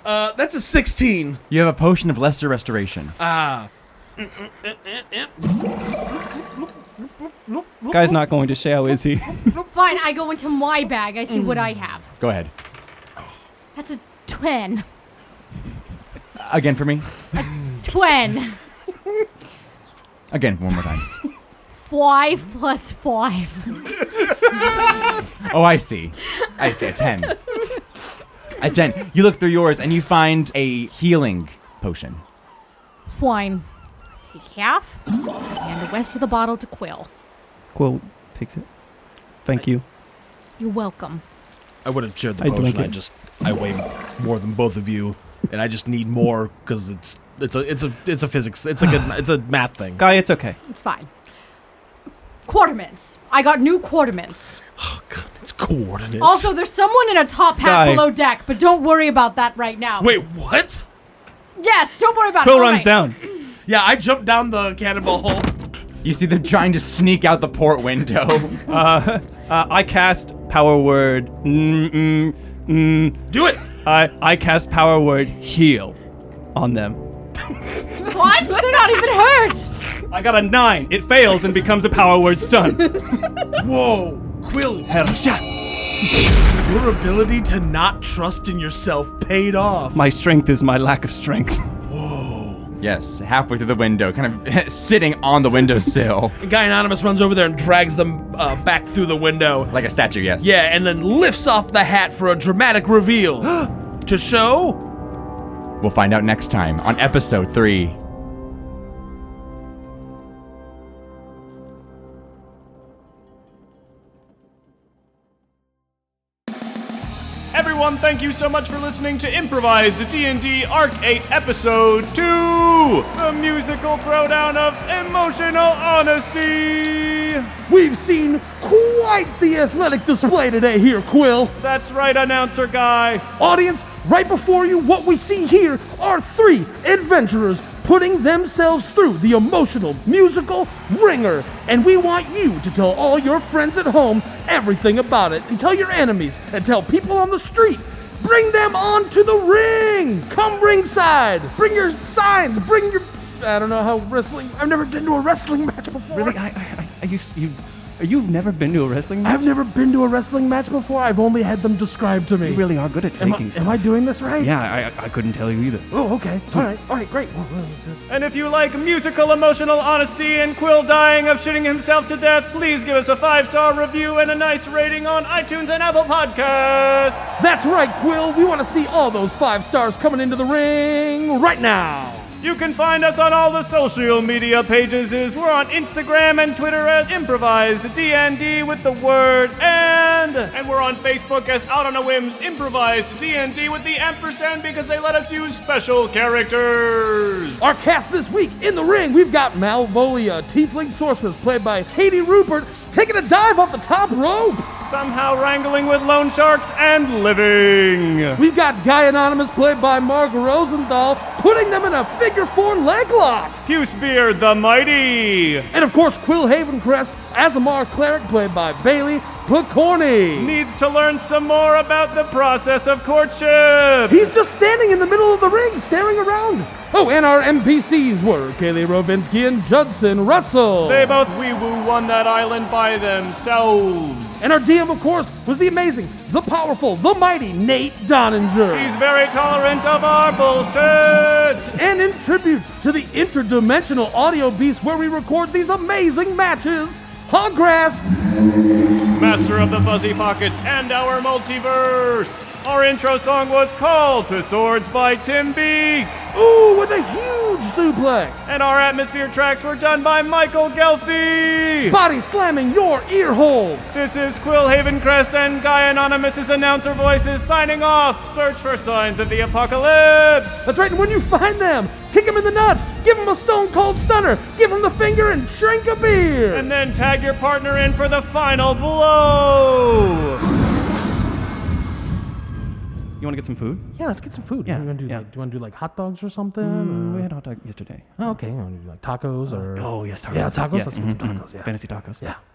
Uh, that's a sixteen.
You have a potion of lesser restoration.
Ah,
Guy's not going to shell, is he?
Fine, I go into my bag. I see what I have.
Go ahead.
That's a twen.
Again for me.
Twen.
Again one more time.
Five plus five.
Oh, I see. I see. A 10. A 10. You look through yours and you find a healing potion.
Fine. Take half and the rest of the bottle to Quill.
Quill picks it. Thank you.
You're welcome.
I would have shared the
I
potion.
drink
I
it.
just I weigh more than both of you, and I just need more because it's it's a it's a it's a physics it's like a it's a math thing.
Guy, it's okay.
It's fine. Quarterments. I got new quarterments.
Oh god, it's coordinates.
Also, there's someone in a top hat
Guy.
below deck, but don't worry about that right now.
wait, what?
Yes, don't worry about it.
Quill
All
runs
right.
down.
Yeah, I jumped down the cannonball hole.
You see them trying to sneak out the port window.
Uh, I cast power word. Mm, mm, mm.
Do it.
I I cast power word heal on them.
What? They're not even hurt.
I got a nine. It fails and becomes a power word stun.
Whoa, Quill, your ability to not trust in yourself paid off.
My strength is my lack of strength.
yes, halfway through the window, kind of sitting on the windowsill.
Guy Anonymous runs over there and drags them uh, back through the window.
like a statue, yes.
Yeah, and then lifts off the hat for a dramatic reveal to show.
We'll find out next time on episode 3.
Everyone, thank you so much for listening to Improvised D&D Arc 8 Episode 2, the musical throwdown of emotional honesty.
We've seen quite the athletic display today here, Quill.
That's right, announcer guy.
Audience, right before you, what we see here are three adventurers putting themselves through the emotional musical ringer. And we want you to tell all your friends at home everything about it, and tell your enemies, and tell people on the street. Bring them on to the ring! Come ringside! Bring your signs! Bring your. I don't know how wrestling. I've never been to a wrestling match before.
I, I, I you, you, you've never been to a wrestling
I've never been to a wrestling match before. I've only had them described to me.
are good at
Am I, am I doing this right?
Yeah, I, I couldn't tell you either.
Oh, okay. All right. All right. Great.
And if you like musical emotional honesty and Quill dying of shitting himself to death, please give us a five-star review and a nice rating on iTunes and Apple Podcasts.
That's right, Quill. We want to see all those five stars coming into the ring right now.
You can find us on all the social media pages. Is We're on Instagram and Twitter as Improvised DND with the word and. And we're on Facebook as Out on a Whim's Improvised DND with the ampersand because they let us use special characters.
Our cast this week in the ring, we've got Malvolia, Tiefling Sorceress, played by Katie Rupert, taking a dive off the top rope.
Somehow wrangling with loan sharks and living.
We've got Guy Anonymous, played by Mark Rosenthal, putting them in a figure four leg lock.
Puce Beard the Mighty.
And of course, Quill Havencrest, Azamar Cleric, played by Bailey Picorni.
Needs to learn some more about the process of courtship.
He's just standing in the middle of the ring, staring around. Oh, and our NPCs were Kaylee Rovinsky and Judson Russell.
They both wee woo won that island by themselves.
And our DM, of course, was the amazing, the powerful, the mighty Nate Doninger.
He's very tolerant of our bullshit.
and in tribute to the interdimensional audio beast where we record these amazing matches, Hoggrass,
Master of the Fuzzy Pockets and our multiverse. Our intro song was Call to Swords by Tim Beek.
ooh, with a huge suplex,
And our atmosphere tracks were done by Michael Gelfi.
body slamming your ear holes.
This is Quill Havencrest and Guy Anonymous's announcer voices signing off. Search for signs of the apocalypse.
That's right, and when you find them, kick them in the nuts, give them a stone cold stunner, give them the finger, and drink a beer.
And then tag your partner in for the final blow.
You want to get some food?
yeah, let's get some food. Yeah, do,
yeah. Mm,
like, do you want to do like hot dogs or something?
We
Or-
had hot dog yesterday.
oh, okay, you want to do like tacos or?
Oh yes, tacos.
yeah, tacos.
Yeah. mm-hmm,
Let's get some tacos. Yeah.
Fantasy tacos.
Yeah.